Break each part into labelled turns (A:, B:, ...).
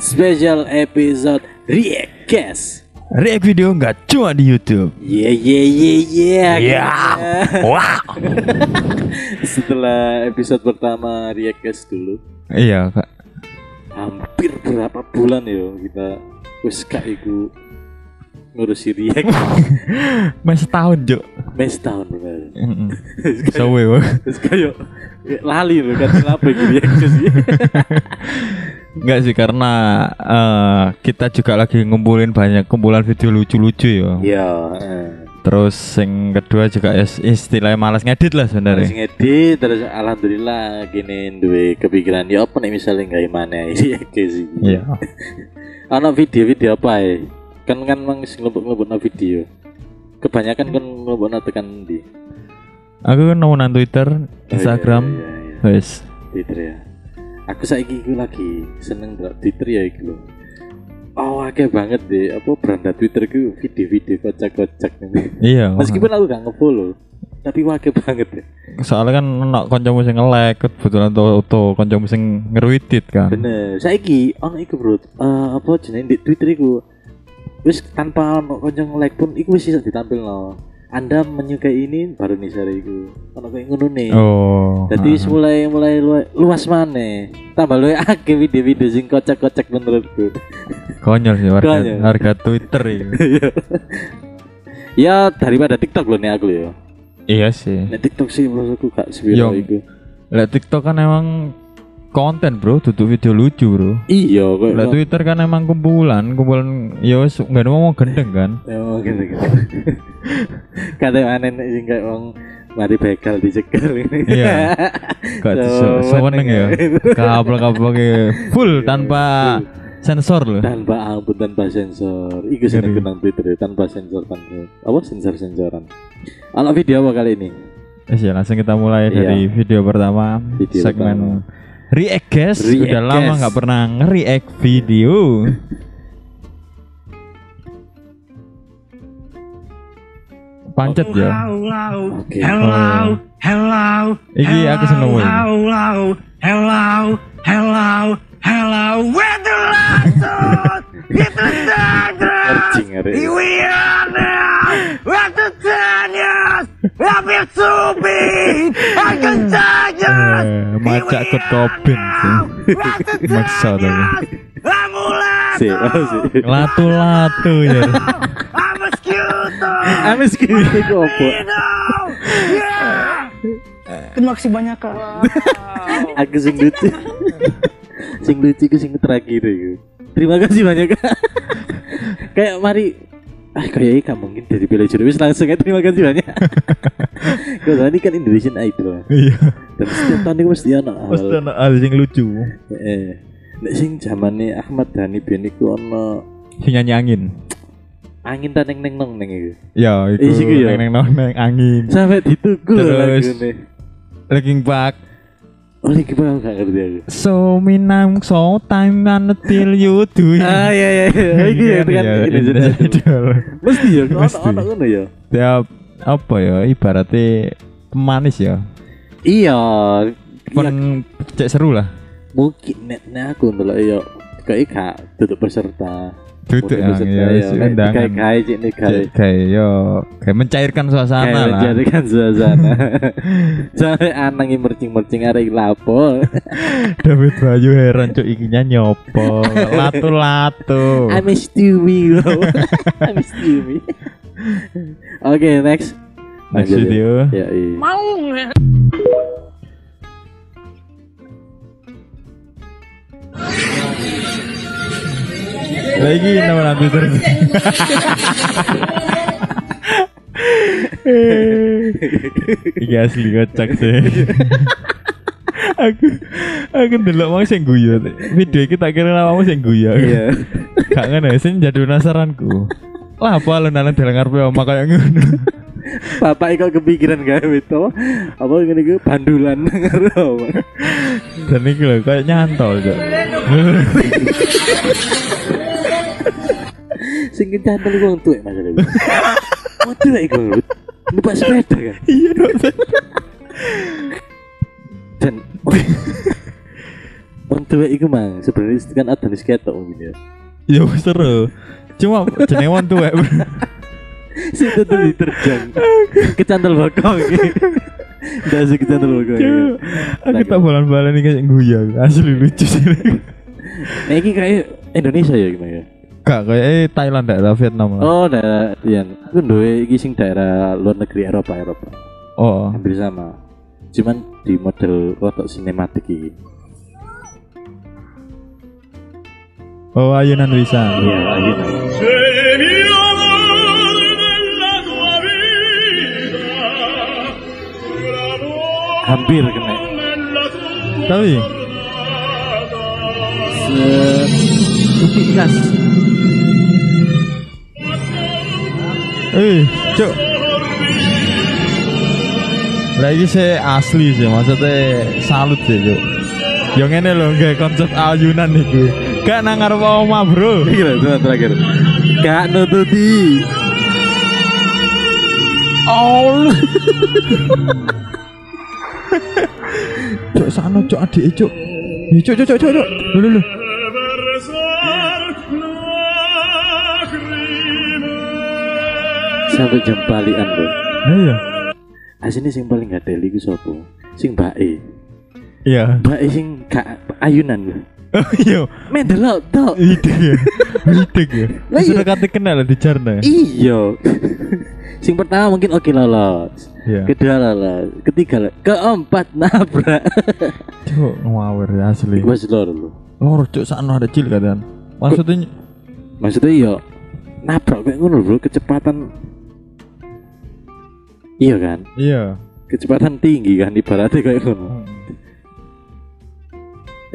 A: special episode Reactcast.
B: React video nggak cuma di YouTube.
A: Yeah yeah yeah yeah.
B: Ya, wow.
A: Setelah episode pertama Reactcast dulu,
B: Iya, Kak.
A: hampir berapa bulan ya kita wis kak iku ngurusi React
B: Masih tahun, Jok.
A: mes tahun bener.
B: Mm-mm. Sowe, Bang.
A: Terus kayak kayak lali loh kan apa gitu Reactcast ya.
B: Nggak sih karena eh, kita juga lagi ngumpulin banyak kumpulan video lucu-lucu ya.
A: Iya,
B: Terus yang kedua juga is- istilahnya malas ngedit lah
A: terus
B: sebenarnya.
A: ngedit terus alhamdulillah kini duwe kepikiran ya apa nih misalnya nggak gimana Reactcast iki.
B: Iya.
A: ana video video apa ya kan kan mang sing ngelebok ngelebok video kebanyakan kan ngelebok tekan di
B: Aku kan nemu nang Twitter, Instagram,
A: Oh, iya, iya, iya.
B: wes.
A: twitter ya aku saiki iku lagi seneng ndelok twitter ya iku lho. oh akeh banget deh apa beranda twitter ku video video kocak kocak nih
B: Iya.
A: meskipun aku gak ngefollow tapi wakil banget ya
B: soalnya kan ono kancamu sing nge-like, kebetulan tuh tuh kancamu sing ngeruitit kan.
A: bener saiki ono iku bro eh, apa jenenge di twitter iku wis tanpa ono konjong like pun iku wis bisa ditampil anda menyukai ini baru nih sare iku ono koyo ngono nih
B: Oh.
A: Jadi wis mulai mulai lu- luas mana? Tambah luwe akeh video-video sing kocak-kocak menurutku.
B: Konyol sih harga,
A: Konyol.
B: harga Twitter iya. itu.
A: ya daripada TikTok loh nih aku ya.
B: iya sih.
A: Nek TikTok sih menurutku gak sepiro
B: Yo.
A: iku.
B: Lah TikTok kan emang konten bro, tutup video lucu bro.
A: Iya kok.
B: Lah Twitter kan emang kumpulan, kumpulan ya wis nggak ada mau gendeng kan.
A: Ya gitu gitu. Kata aneh nek sing kayak wong mari begal dicekel ini.
B: Iya. Gak
A: Iya,
B: so, seneng ya. Kabel-kabel full
A: Iya.
B: tanpa sensor loh.
A: tanpa ampun tanpa sensor iku sing
B: Ngeri.
A: nang Twitter ya, tanpa sensor tanpa apa sensor-sensoran ala video apa kali ini
B: Wes ya langsung kita mulai
A: Iya.
B: dari video pertama
A: Video
B: segmen React guys,
A: React,
B: udah lama
A: guys.
B: nggak pernah nge-react video. Pancet ya.
C: Hello,
A: Oke.
C: hello, hello.
B: Iki aku seneng wae.
C: Hello, hello, hello, hello. Weather Langsung. Itu Sandra.
A: Anjing arek.
C: Iwiana. Weather Tanyas. Lapis Subi. Aku saja.
B: Eh, macak Kurt Cobain sih. Maksa tapi.
C: Kamu lah.
A: Sik, sik.
B: Latu-latu ya.
C: Aku skuter.
A: Amis gitu iku opo?
C: Terima kasih banyak kak.
A: Aku sing lucu. sing lucu iku sing terakhir iku. Terima kasih banyak. kayak mari ah kayak gak mungkin dari pilih juri wis langsung ya terima kasih banyak. Kalau ini kan Indonesian Idol.
B: Iya.
A: Dan setiap tahun itu mesti ana
B: Pasti
A: hal.
B: ada hal yang lucu.
A: Eh. Nek sing zamane Ahmad Dhani ben iku ana
B: Si nyanyi angin.
A: angin taneng neng nong neng iku.
B: Ya itu
A: Isi ku ya.
B: neng neng nong neng angin.
A: Sampai ditunggu
B: Terus.
A: lagune.
B: Looking back.
A: Oleh gimana Oh, gak ngerti aku.
B: So minam so time until you do. it.
A: Ah iya iya iya. Iki ya itu kan
B: Iya,
A: Indonesian
B: Indonesian
A: Idol.
B: Idol.
A: Mesti ya,
B: Mesti.
A: ono ono ngono ya.
B: Tiap apa ya ibaratnya pemanis ya.
A: Iya, iya,
B: Pen cek seru lah.
A: mungkin net nek aku ndelok ya kayak gak duduk peserta.
B: Duduk ya,
A: peserta
B: ya wis
A: iya. Kayak
B: undangan.
A: kayak cek nek kayak
B: Cek Kayak yo kayak mencairkan suasana
A: kayak
B: lah.
A: menjadikan suasana. Sampai anang yang mercing-mercing arek lapo.
B: David Bayu heran cuk ikinya nyopo. Latu-latu.
A: I miss Dewey loh. I miss Dewey. Oke, next.
B: Next
A: Lanjut,
B: video.
A: Ya, iya.
B: Lagi nama nanti terus. Iki asli kocak sih. aku aku ndelok mau sing guyu. Video iki tak kira awakmu sing guyu.
A: Iya.
B: Gak ngene sing jadi penasaranku. Lah apa alun-alun dalang ngarepe oma kayak ngono.
A: Bapak kok kepikiran gak itu? Apa ngene iku bandulan karo.
B: Dan iki lho kayak nyantol kok.
A: sing kecantol iku wong tuwek Mas. Arif. Wong tuwek iku Lut. numpak sepeda kan.
B: Iya dok.
A: Dan wong dewek iku mang sebenarnya itu kan Adonis ketok mungkin ya.
B: Ya wis seru. Cuma jenenge wong tuwek.
A: Sing tutup diterjang. Kecantol bakong iki. Ndak sih kecantol bakong. iki.
B: Aku tak bolan-bolan iki kayak guyu. aku. Asli lucu sih.
A: Nah iki kayak Indonesia ya gimana ya?
B: Gak kayak eh, Thailand gak tau Vietnam lah.
A: Oh, daerah Tian. Aku duwe iki sing daerah luar negeri Eropa Eropa.
B: Oh.
A: Hampir sama. Cuman di model rotok sinematik iki.
B: Oh, ayunan bisa.
A: Iya, ayo. nah.
D: Sei mi amore della tua vita, l'amore
A: Hampir kena.
D: nella tua
B: Tapi
A: Utikas.
B: eh, cuk. Lah iki sih asli sih, maksudnya salut sih, cuk. Yo ngene lho, nggak konsep ayunan iku. Gak nang ngarep omah, Bro.
A: Iki lho, itu terakhir. Kak nututi.
B: Oh. cuk sana cuk adik cuk. Ya cuk cuk cuk cuk. cuk. Lho lho lho.
D: versar lacrime.
A: Satu jam balikan lho.
B: Iya, Iya.
A: Asine sing paling gadeli iku sapa? Sing mbake.
B: Iya.
A: Mbake sing gak ayunan lho.
B: Oh iya.
A: Mendelok tok.
B: Itu ya. Itu ya.
A: Lah, iya.
B: Sudah kate kenal di ya? Jarna.
A: Iya. sing pertama mungkin oke lolos.
B: Iya.
A: Kedua lolos. Ketiga lolos. Keempat nabrak.
B: Cuk ngawur ya, asli.
A: Gua selor lho.
B: Loro cuk sakno ada cil kan. Maksudnya
A: Maksudnya iya nabrak kayak ngono lho, kecepatan Iya kan?
B: iya.
A: Kecepatan tinggi kan ibaratnya kayak ngono.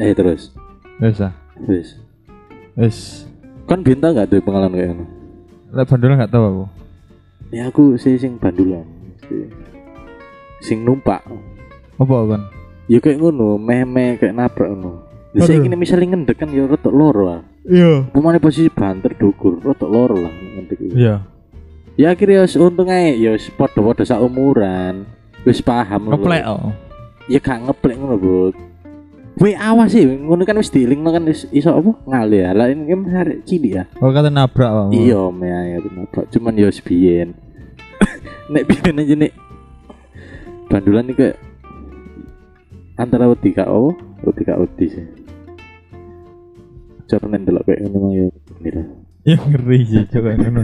A: Eh terus.
B: Wis ah.
A: Terus.
B: Wis.
A: Kan bintang gak tuh pengalaman kayak ngono?
B: Lek bandolan gak tahu aku.
A: Ya aku sih sing bandulan. Sing- Sing numpak.
B: Apa kan?
A: Ya kayak ngono, meh-meh kayak nabrak ngono. Lah
B: Aduh.
A: saiki ini misalnya ngendek kan ya rotok loro lah.
B: Iya.
A: Pemane posisi banter dukur, rotok loro lah ngendek iku.
B: Iya.
A: Ya akhirnya wis untung ae ya wis padha-padha sak umuran. Wis paham lho.
B: Ngeplek oh.
A: Ya gak ngeplek ngono, Bro. Weh awas sih, ngono kan wis dielingno kan wis iso apa ngali ya. Lah ini kan arek cilik ya.
B: Oh kata nabrak Pak.
A: Iya, meh ya nabrak. Cuman ya wis biyen. nek biyen aja nek bandulan iki kayak antara wedi kak oh, wedi kak wedi sih. Cara nek delok kayak ngono mang ya. bener.
B: Ya ngeri sih cuk kayak ngono.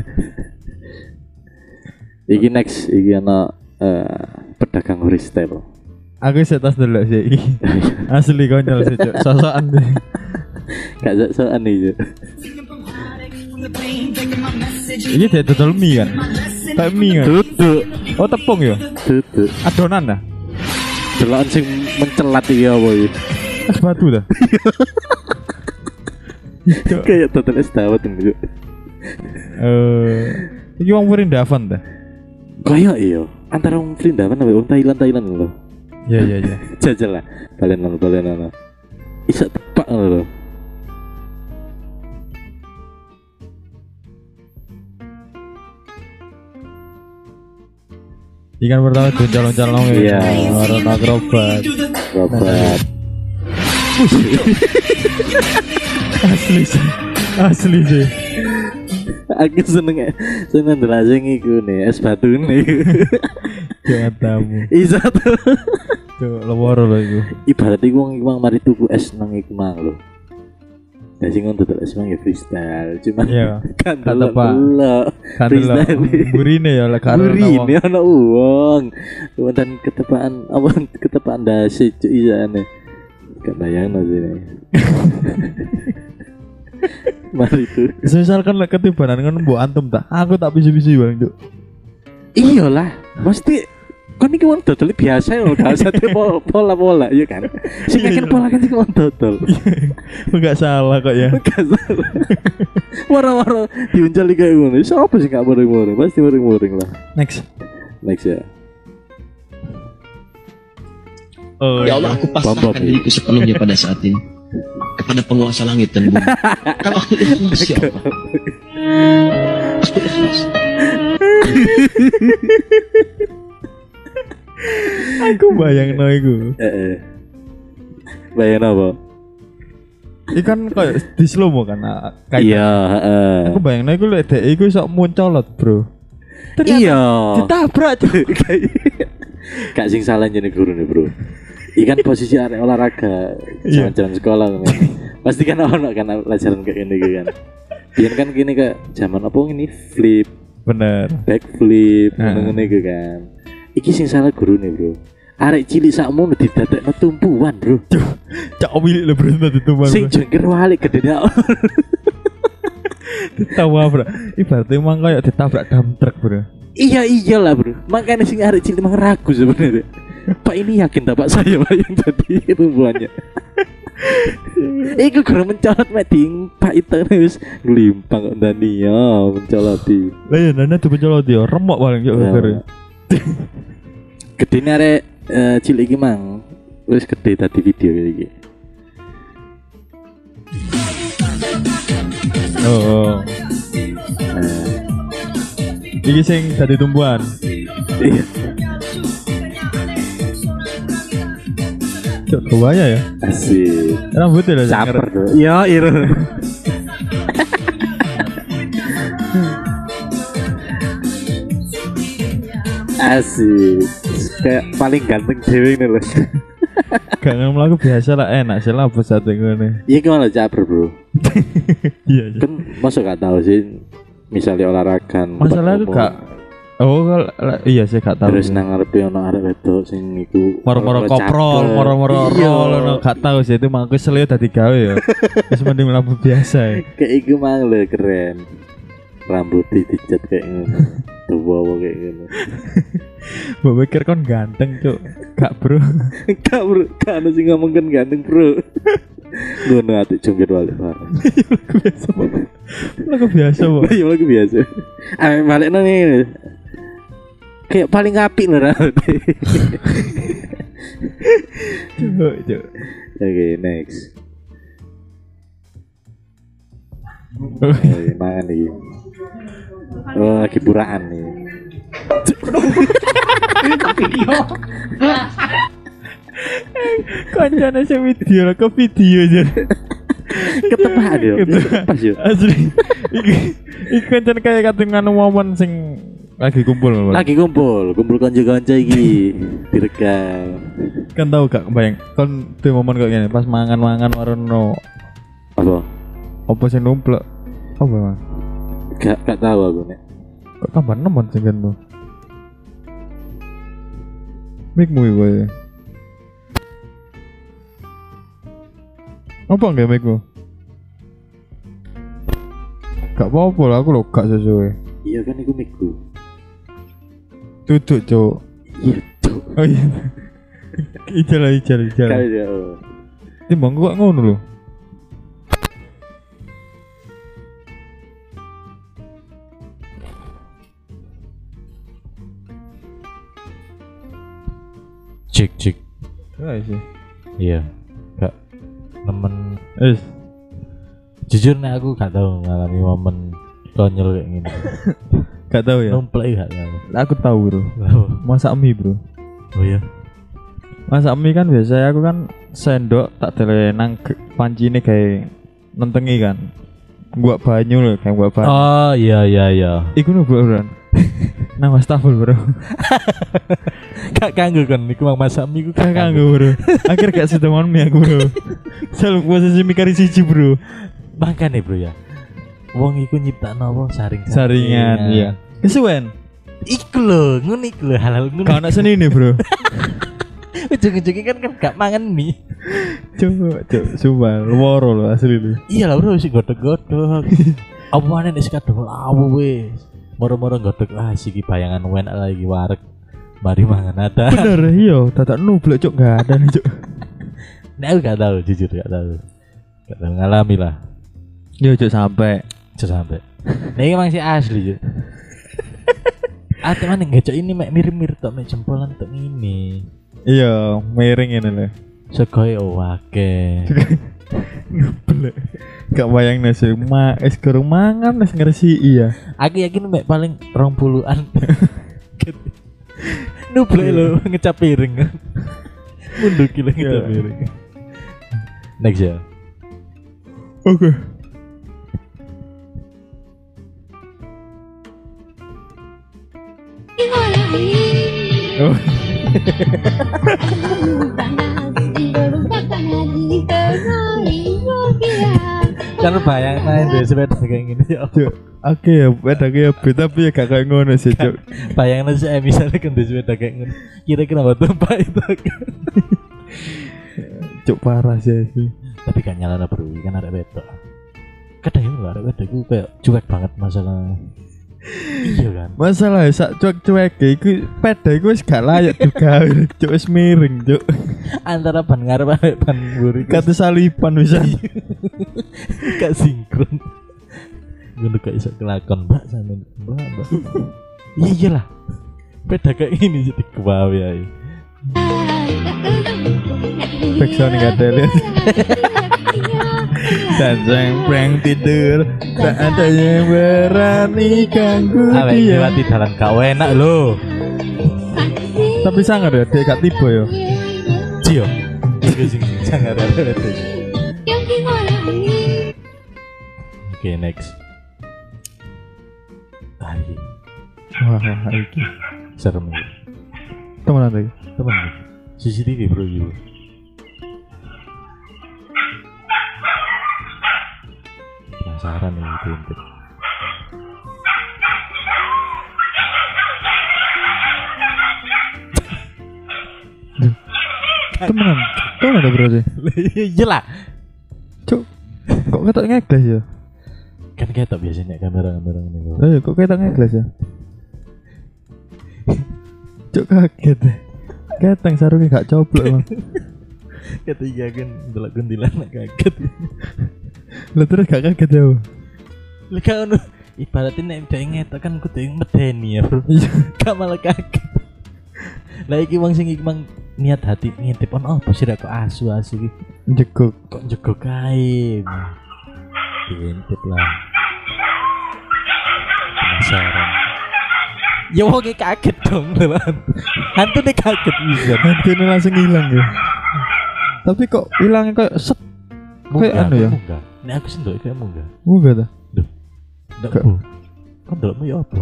A: Iki next, iki ana eh, pedagang horistel.
B: Aku sih tas dulu sih. iki. Asli konyol sih cuk. Sosokan sih.
A: Gak sok-sokan iki.
B: Iki dia dodol mie kan. Tapi mie kan.
A: Duduk,
B: Oh tepung ya.
A: duduk.
B: Adonan dah.
A: Delokan sing mencelat iki apa iki?
B: Es Eh, batu dah. Cuk.
A: Kayak total es dawet ngono.
B: Eh. Iki wong Perindavan dah.
A: Kayak iya, antara wong Vrindavan sampe wong Thailand Thailand lho.
B: Iya iya iya.
A: Jajal lah. Balen lho, balen lho. Iso tepak ngono lho.
B: Ikan kan pertama gonjol-gonjol nong
A: Iya.
B: Orang akrobat.
A: Robot.
B: Asli sih. Asli sih.
A: Aku seneng ya. seneng ndelajeng iku nih es batu nih.
B: Jangan tamu.
A: Iso tuh.
B: Cuk leworo lho iku.
A: Ibarat iku wong iku mang mari tuku es nang iku mang lho. Ya sing ngono total es mang ya freestyle, cuman
B: Iya.
A: kan
B: Tak
A: delok
B: tepak.
A: delok.
B: Kan lho
A: Freestyle.
B: burine ya lek karo
A: Buri ini ana uang dan ketepaan apa ketepaan dasi cuy iya aneh gak bayang nasi ini mari itu
B: Misalkan lek ketibanan kan mbok antum tak. Aku tak bisi-bisi bareng cuk.
A: iyalah mesti kan ini kan dodol biasa loh gak usah tuh pol- pola-pola ya kan sing
B: Iya,
A: kan
B: iya.
A: pola kan sing kan dodol
B: Enggak salah kok ya.
A: gak salah waro-waro diuncal kayak gini siapa sih gak muring-muring pasti muring-muring lah
B: Next.
A: next ya
B: Oh.
E: Ya Allah aku pasrahkan
A: Bambang.
E: diriku sepenuhnya pada saat ini kepada penguasa langit dan bumi. Kalau aku ikhlas ya Allah, aku ikhlas.
A: iya.
B: Aku bayangno iku.
A: eh eh bayang apa
B: Ikan kayak kan di slow mo kan. ah, Kayak
A: Iya, heeh.
B: aku bayangin aku lihat deh, aku sok muncolot bro. ya,
A: Iya.
B: Ditabrak Cuk.
A: Gak sing salah jadi guru nih bro. Ikan posisi area olahraga,
B: Iya.
A: jalan-jalan sekolah kan. Pasti kan ono kan pelajaran kayak gini kan. Biar kan gini ke zaman apa ini flip,
B: Bener.
A: backflip,
B: Heeh.
A: ngene gitu kan. Iki sing salah guru nih bro. Arek cilik sakmu didadekno tumpuan bro.
B: Cak wilik lo bro tadi tuh bang.
A: Sing jengker walik gedhe
B: Tawa bro. Ibaratnya emang kayak ditabrak dump truck bro.
A: Iya iyalah bro, makanya sing arek cilik mang ragu sebenarnya. Pak ini yakin tak pak saya pak yang tadi tumbuhannya. Iku guru mencolot mek ding pak itu terus ngelimpang kok Ya, Dania mencoloti.
B: Lah ya nana tuh pencolot dia remok paling yuk
A: Ya.
B: bro.
A: Gede nih arek eh, cilik iki mang, wis gede tadi video kayak gini.
B: Oh. oh. Iki sing tadi tumbuhan.
A: Iya,
B: Cok tuanya ya.
A: asik.
B: Rambutnya lah Cak,
A: Caper
B: ngerti.
A: tuh. Ya iru. Asik. Kayak paling ganteng dewe ini loh.
B: Gak ngomong melaku biasa lah enak sih lah bos sate ngene.
A: Iya gimana caper bro?
B: Iya iya.
A: Kan masa gak tahu sih misalnya olahraga tempat
B: Masalah itu
A: umum,
B: gak Oh kal- la- iya sih gak tahu.
A: terus nang ngarepe ono arek wedok sing iku
B: moro-moro koprol,
A: cakep.
B: moro-moro
A: Iya.
B: roll, no. gak tahu sih itu mangku selio tadi gawe ya. Wis mending lampu biasa ya.
A: Kayak iku mang lho keren. Rambutnya dicat kayak ngono. Tuwa kayak ngono.
B: Mbok pikir kon ganteng, Cuk. Gak, Bro.
A: Enggak bro, gak ada sih ngomong kan ganteng bro Gue nanti jungkir balik bareng
B: biasa, Bro. Lagu biasa, Bro.
A: Iya lagi biasa Amin balik nang ini Kayak paling apik loh nanti
B: Cuk, Cuk.
A: Oke next Oke, Mangan nih Oh, lagi buraan nih
B: Kancane sing video lah, ke video aja.
A: Ketepah dia Pas ya
B: Asli. Iki iki kancane kayak katungan momen sing lagi kumpul, Bro.
A: Lagi kumpul Kumpul konco-konco iki Direkam
B: kan tahu gak kebayang kan tuh momen kayak gini pas mangan mangan warono
A: Apa?
B: apa sih numplek apa mas
A: Gak, gak tau aku nih
B: kok tambah nemen sih kan bu mikmu iku ya apa enggak mikmu gak apa-apa lah aku lo gak sesuai
A: Iya kan iku miku
B: duduk cok
A: Iya tuh
B: oh iya ijal lah, ijal
F: Iya.
B: ijal
A: Kali dia oh.
B: timbang gua ngono lo
F: Cik cik.
B: ya sih
F: Iya. Gak nemen.
B: es
F: Jujur nih aku gak tahu ngalami momen konyol kayak gini.
B: gak tahu ya
F: Numplek gak tahu.
B: aku tahu bro masak mie bro
F: Oh iya.
B: Masak mie kan biasanya aku kan sendok tak dele nang ge- pancine kayak nentengi kan. Gua banyu loh kayak gua banyu.
F: Oh iya iya iya.
B: Iku no bro. Bro. nang wastafel bro.
F: Gak kanggo kan iku mang masak mie ku
B: Gak kanggo bro. Akhir gak sedeman mie aku bro. Selalu posisi mie kari siji bro.
F: Makane bro ya. Wong iku nyiptakno apa saring
B: Saringan iya. Kesuwen.
F: Iku lho, ngono iku lho halal ngono.
B: Kau nak seni nih bro.
F: Ujung-ujungnya kan kan gak mangan mie.
B: Coba coba coba loro lo asli lu.
F: Iya lah bro, sih godok-godok. Apa mana nih sekadung lawu wes. Moro-moro godok ah siki bayangan enak lagi wareg. Mari mangan ada.
B: Bener iya. Tatak nublek cok gak ada nih cok.
F: Nah, aku gak tahu, jujur gak tahu. Gak tahu ngalami lah.
B: Yo cok Iya, sampai.
F: Cuk sampai. Nah, ini emang sih asli cuk. Ah, teman yang gacok ini mek mir-mir tok mek jempolan tok ini.
B: Iya miring ini loh.
F: Segoe oh, wake.
B: Belek. Gak bayang nasi ma es kurung mangan es ngersi iya.
F: Aku yakin mek paling rong puluhan. Nuble lo ngecap piring.
A: Iya,
F: Munduki lo ngecap
B: Iya.
F: piring. Next ya.
B: Oke. Oh,
A: Kan bayang main deh sepeda kayak gini ya.
B: Cuk. Oke ya, beda ya, beda tapi ya gak kayak ngono sih, Cuk.
A: Bayangin aja eh, misalnya kan sepeda kayak gini. Kira-kira bakal tempat itu. kan.
B: Cuk parah sih. itu.
A: Tapi gak nyala bro, kan ada wedok. Kadang ini lho, ada wedok itu kayak cuek banget masalah. Iya kan.
B: Masalah ya, sak cuek-cuek iku peda iku wis gak layak digawe, Cuk wis miring, Cuk.
A: Antara ban ngarep ambek ban mburi. iku
B: Kata salipan bisa.
A: Kan gak sinkron gue gak bisa kelakon mbak sama mbak mbak iya iyalah beda kayak gini jadi kuaw ya
B: Backsound gak ada lihat. Dan yang prank tidur, tak ada yang berani ganggu
A: awe
B: dia.
A: lewati dalan gak enak lo
B: Tapi sangar ya, dia gak tiba ya.
A: cio itu Iya. sing sangar ada oke next Ayo,
B: Wah, wah, iki.
A: serem ya. ini.
B: Temenan lagi.
A: teman CCTV bro gitu. you penasaran nih itu intip
B: Temenan. Temenan ada berarti.
A: iya lah
B: Cuk. Kok ketok ngeglas ya?
A: kan ketok biasanya kamera-kamera ini bro
B: Ayo, Oh, kok ketok ngeglas ya? Cuk kaget. Keteng sarungnya gak coplok emang.
A: ketiga kan delok gundilan nek kaget
B: Lah terus gak kaget ya. Bu?
A: lha kan ibaratnya nek udah ngetok kan kudu yang medeni ya bro
B: Iya.
A: gak malah kaget lah iki wong sing iki mang niat hati ngintip on apa sih kok asu-asu iki
B: Jeguk.
A: kok njego kae diintip lah penasaran ya wong iki kaget dong teman hantu deh kaget bisa
B: Hantunya langsung hilang ya. Tapi kok hilangnya kok set. Kayak anu ya?
A: munggah nek aku sendok kayak munggah
B: Enggak dah.
A: ndak
B: Kayak-
A: bu kan delokmu ya apa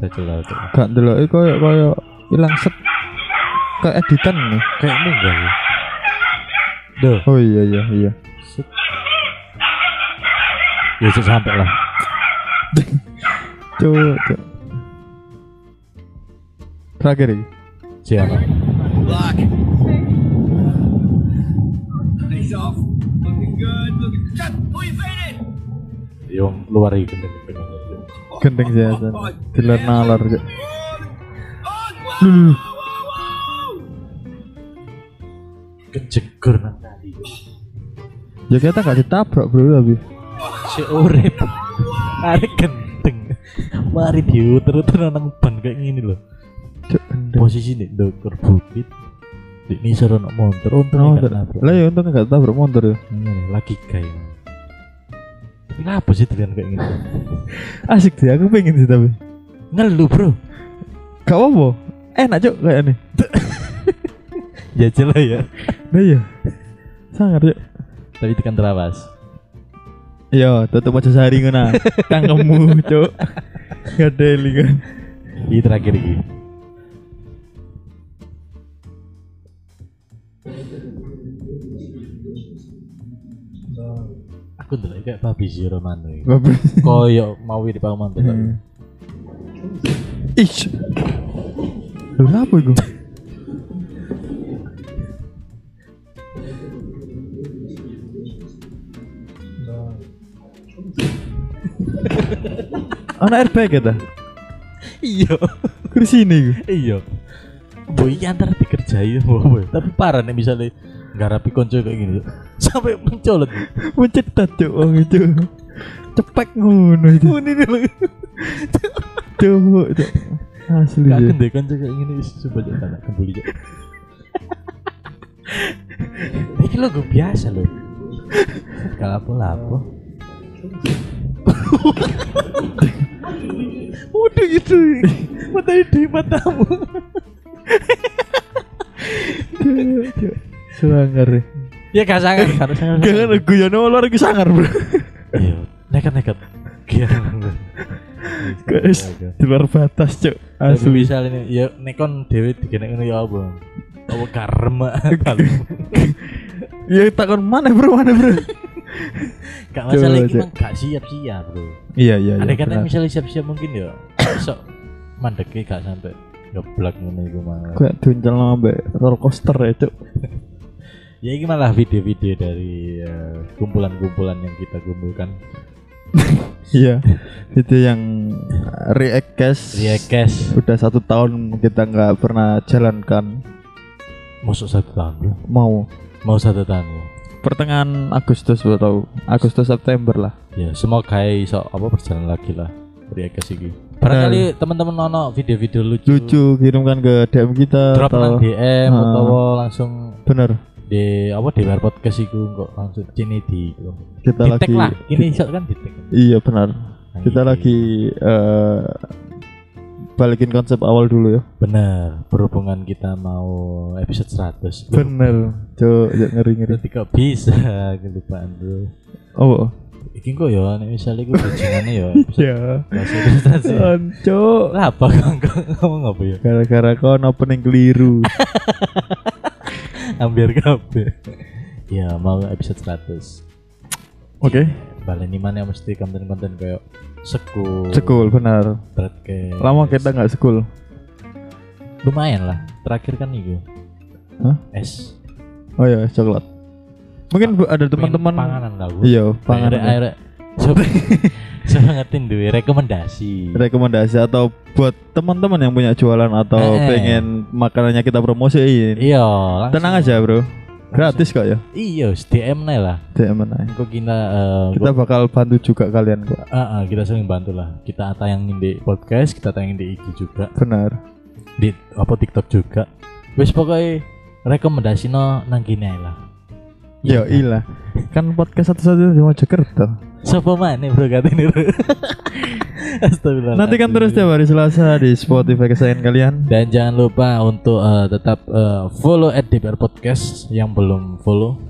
A: Jajal lah Cok.
B: Gak ndelok eh, koyo koyo hilang set. Kayak editan nih.
A: kayak munggah ya Duh,
B: Oh iya iya iya.
A: set. Ya, set sampai lah.
B: Cuk, cuk. Terakhir ya? ini.
A: Siapa? Yang luar itu
B: Gendeng sih Hasan. Dilar nalar cuk. Lu, lu, lu.
A: kejegur nang tadi.
B: Ya kita gak ditabrak bro tapi.
A: Si urip. Arek gendeng. Mari diuter-uter nang ban kayak gini loh.
B: Cuk gendeng.
A: Posisi nih dokter bukit. Di ini seru nak monter,
B: Oh,
A: untung
B: nggak-
A: nggak nabrak.
B: Lah ya untungnya gak ditabrak motor ya.
A: Ini nih, lagi kayak. Tapi apa sih dengan kayak gitu?
B: Asik sih aku pengen sih tapi.
A: Ngeluh bro.
B: Gak apa-apa. Enak cuk kayak nih.
A: Ya jelas ya.
B: Lah ya. Sangar cuk.
A: Tapi tekan terawas.
B: Yo, tutup Iya, aja sehari ngono. Tangkemu, Cuk. Gadeli kan.
A: Ini terakhir ini. Aku ndelok kayak babi zero manu. iki.
B: Bapak.
A: Koyo mau di paman tuh.
B: Hmm. Ish. Lho apa iku? Ana airbag ya ta?
A: Iya,
B: Kursi ini iku.
A: iya. Boy iki antara dikerjain boy. Tapi parah nih misalnya garapi konco kayak gini loh. Sampai mencolot.
B: Iya. Mencetat cuk wong itu. Cepek ngono itu.
A: Ini nih loh.
B: Cuk, cuk. Asli.
A: Gak
B: ya.
A: akan deh konco kayak gini wis coba aja anak kembali aja. Iki lo gue biasa lo. Kalau apa lah apa. Udah gitu. Mata di matamu.
B: Selanggar.
A: Ya gak sangar, gak sangar.
B: Gak kan guyono lor iku sangar, Bro.
A: Iya, nekat-nekat. Gila.
B: Guys, di luar batas, Cuk.
A: Tapi
B: Asli.
A: misal ini, ya nekon dewe digenek ngono ya apa? Apa karma?
B: Ya takon mana, Bro? Mana, Bro?
A: Gak masalah
B: Coba,
A: iki
B: Cuk.
A: mang gak siap-siap, Bro.
B: Iya, iya, iya.
A: Ada kata
B: benar.
A: misalnya siap-siap mungkin ya besok mandeknya gak sampai geblak ngono iku malah.
B: Kayak diuncal sampe roller coaster ya, Cuk.
A: Ya ini malah video-video dari eh, kumpulan-kumpulan yang kita kumpulkan.
B: Iya. Itu yang react cast.
A: Ya guys,
B: Udah satu tahun kita nggak pernah jalankan.
A: masuk satu tahun bro.
B: Mau
A: Mau satu tahun bro.
B: pertengahan Agustus atau Agustus September lah.
A: Ya semoga iso apa berjalan lagi lah dari Ekes ini. Barangkali teman-teman nono video-video lucu,
B: Lucu kirimkan ke DM kita
A: drop
B: atau
A: nang DM
B: Ah.
A: atau langsung
B: bener
A: di apa di bar podcast iku kok langsung sini di
B: kita
A: di tag
B: lagi
A: lah ini iso kan di tag
B: iya benar
A: Nah,
B: kita
A: ini.
B: lagi eh, balikin konsep awal dulu ya
A: bener berhubungan kita mau episode 100 Loh,
B: bener cok ya, ngeri ngeri
A: berarti kok bisa kelupaan bro
B: oh
A: Iki kok ya, nek misalnya gue bajingannya ya
B: ya
A: bahasa ilustrasi.
B: cok
A: Lah apa kok kok ngomong apa ya?
B: gara-gara kau opening keliru
A: Ambiar kabeh. Ya mau episode 100.
B: oke
A: Balen mana mesti konten-konten kayak seku,
B: sekul benar
A: broadcast.
B: lama kita nggak sekul
A: lumayan lah. Terakhir kan iku.
B: Hah?
A: Es.
B: oh ya es coklat mungkin bu- ada teman-teman
A: Pengen panganan lah gue.
B: iya pangan
A: Air, air, coba coba ngetin duwe rekomendasi.
B: rekomendasi atau buat teman-teman yang punya jualan atau
A: Eh.
B: pengen makanannya kita promosiin
A: Iya, langsung.
B: tenang aja bro gratis kok ya
A: Iya, DM nih lah.
B: DM aja.
A: Kok kita eh,
B: kita bakal bantu juga kalian kok
A: Ah, ah, kita sering bantu lah. Kita tayangin di podcast, kita tayangin di IG juga,
B: benar
A: di apa TikTok juga. Wes pokoknya rekomendasi no nang kene ae lah.
B: ya ilah kan podcast satu-satunya cuma Jakarta
A: Sopo mana bro kata ini bro? Astagfirullah.
B: nantikan terus tiap hari Selasa di Spotify kesayangan kalian
A: Dan jangan lupa untuk eh, tetap eh, follow at DPR Podcast yang belum follow.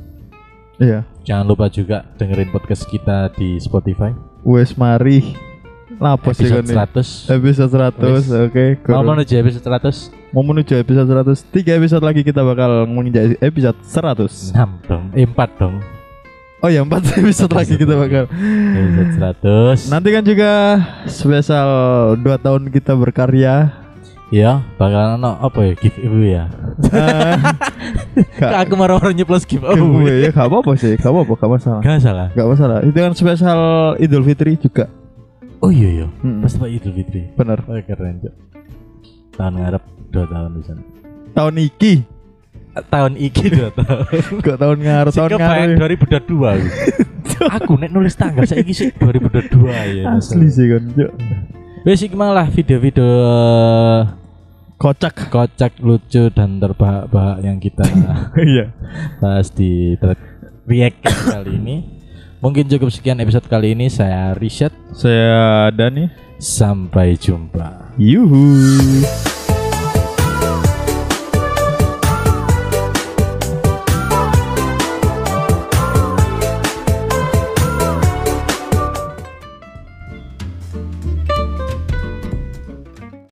B: iya
A: Jangan lupa juga dengerin podcast kita di Spotify.
B: wes mari lapos sih
A: Episode
B: kan
A: 100.
B: episode 100 oke
A: Mau
B: kurang.
A: menuju episode 100?
B: mau menuju episode 100 tiga episode lagi kita bakal menginjak episode 100
A: 6 dong, eh, 4 dong.
B: oh ya empat episode lagi kita bakal
A: Episode 100.
B: Nanti kan juga spesial 2 tahun kita berkarya.
A: Ya, bakalan ono apa ya giveaway ya.
B: Gak
A: aku marah-marah nyeplos giveaway.
B: gue ya gak apa-apa sih, gak apa-apa, gak masalah.
A: Gak salah.
B: Gak masalah. Itu kan spesial Idul Fitri juga.
A: Oh iya iya.
B: Mm-mm.
A: Pas Pak Idul Fitri.
B: Bener.
A: Oh, keren cok. Tahun ngarep dua tahun di sana.
B: Tahun iki,
A: Tahun iki dua tahun.
B: gak tahun ngarep, tahun
A: Tahun
B: ngarep.
A: 2022. aku. aku nek nulis tanggal saiki sih 2022 ya.
B: Asli sih kan, Cuk.
A: Wes iki malah video-video eh,
B: Kocak.
A: kocak lucu dan terbahak-bahak yang kita
B: Iya.
A: bahas di thread react kali ini. Mungkin cukup sekian episode kali ini. Saya Riset.
B: Saya Dani.
A: Sampai jumpa.
B: Yuhu.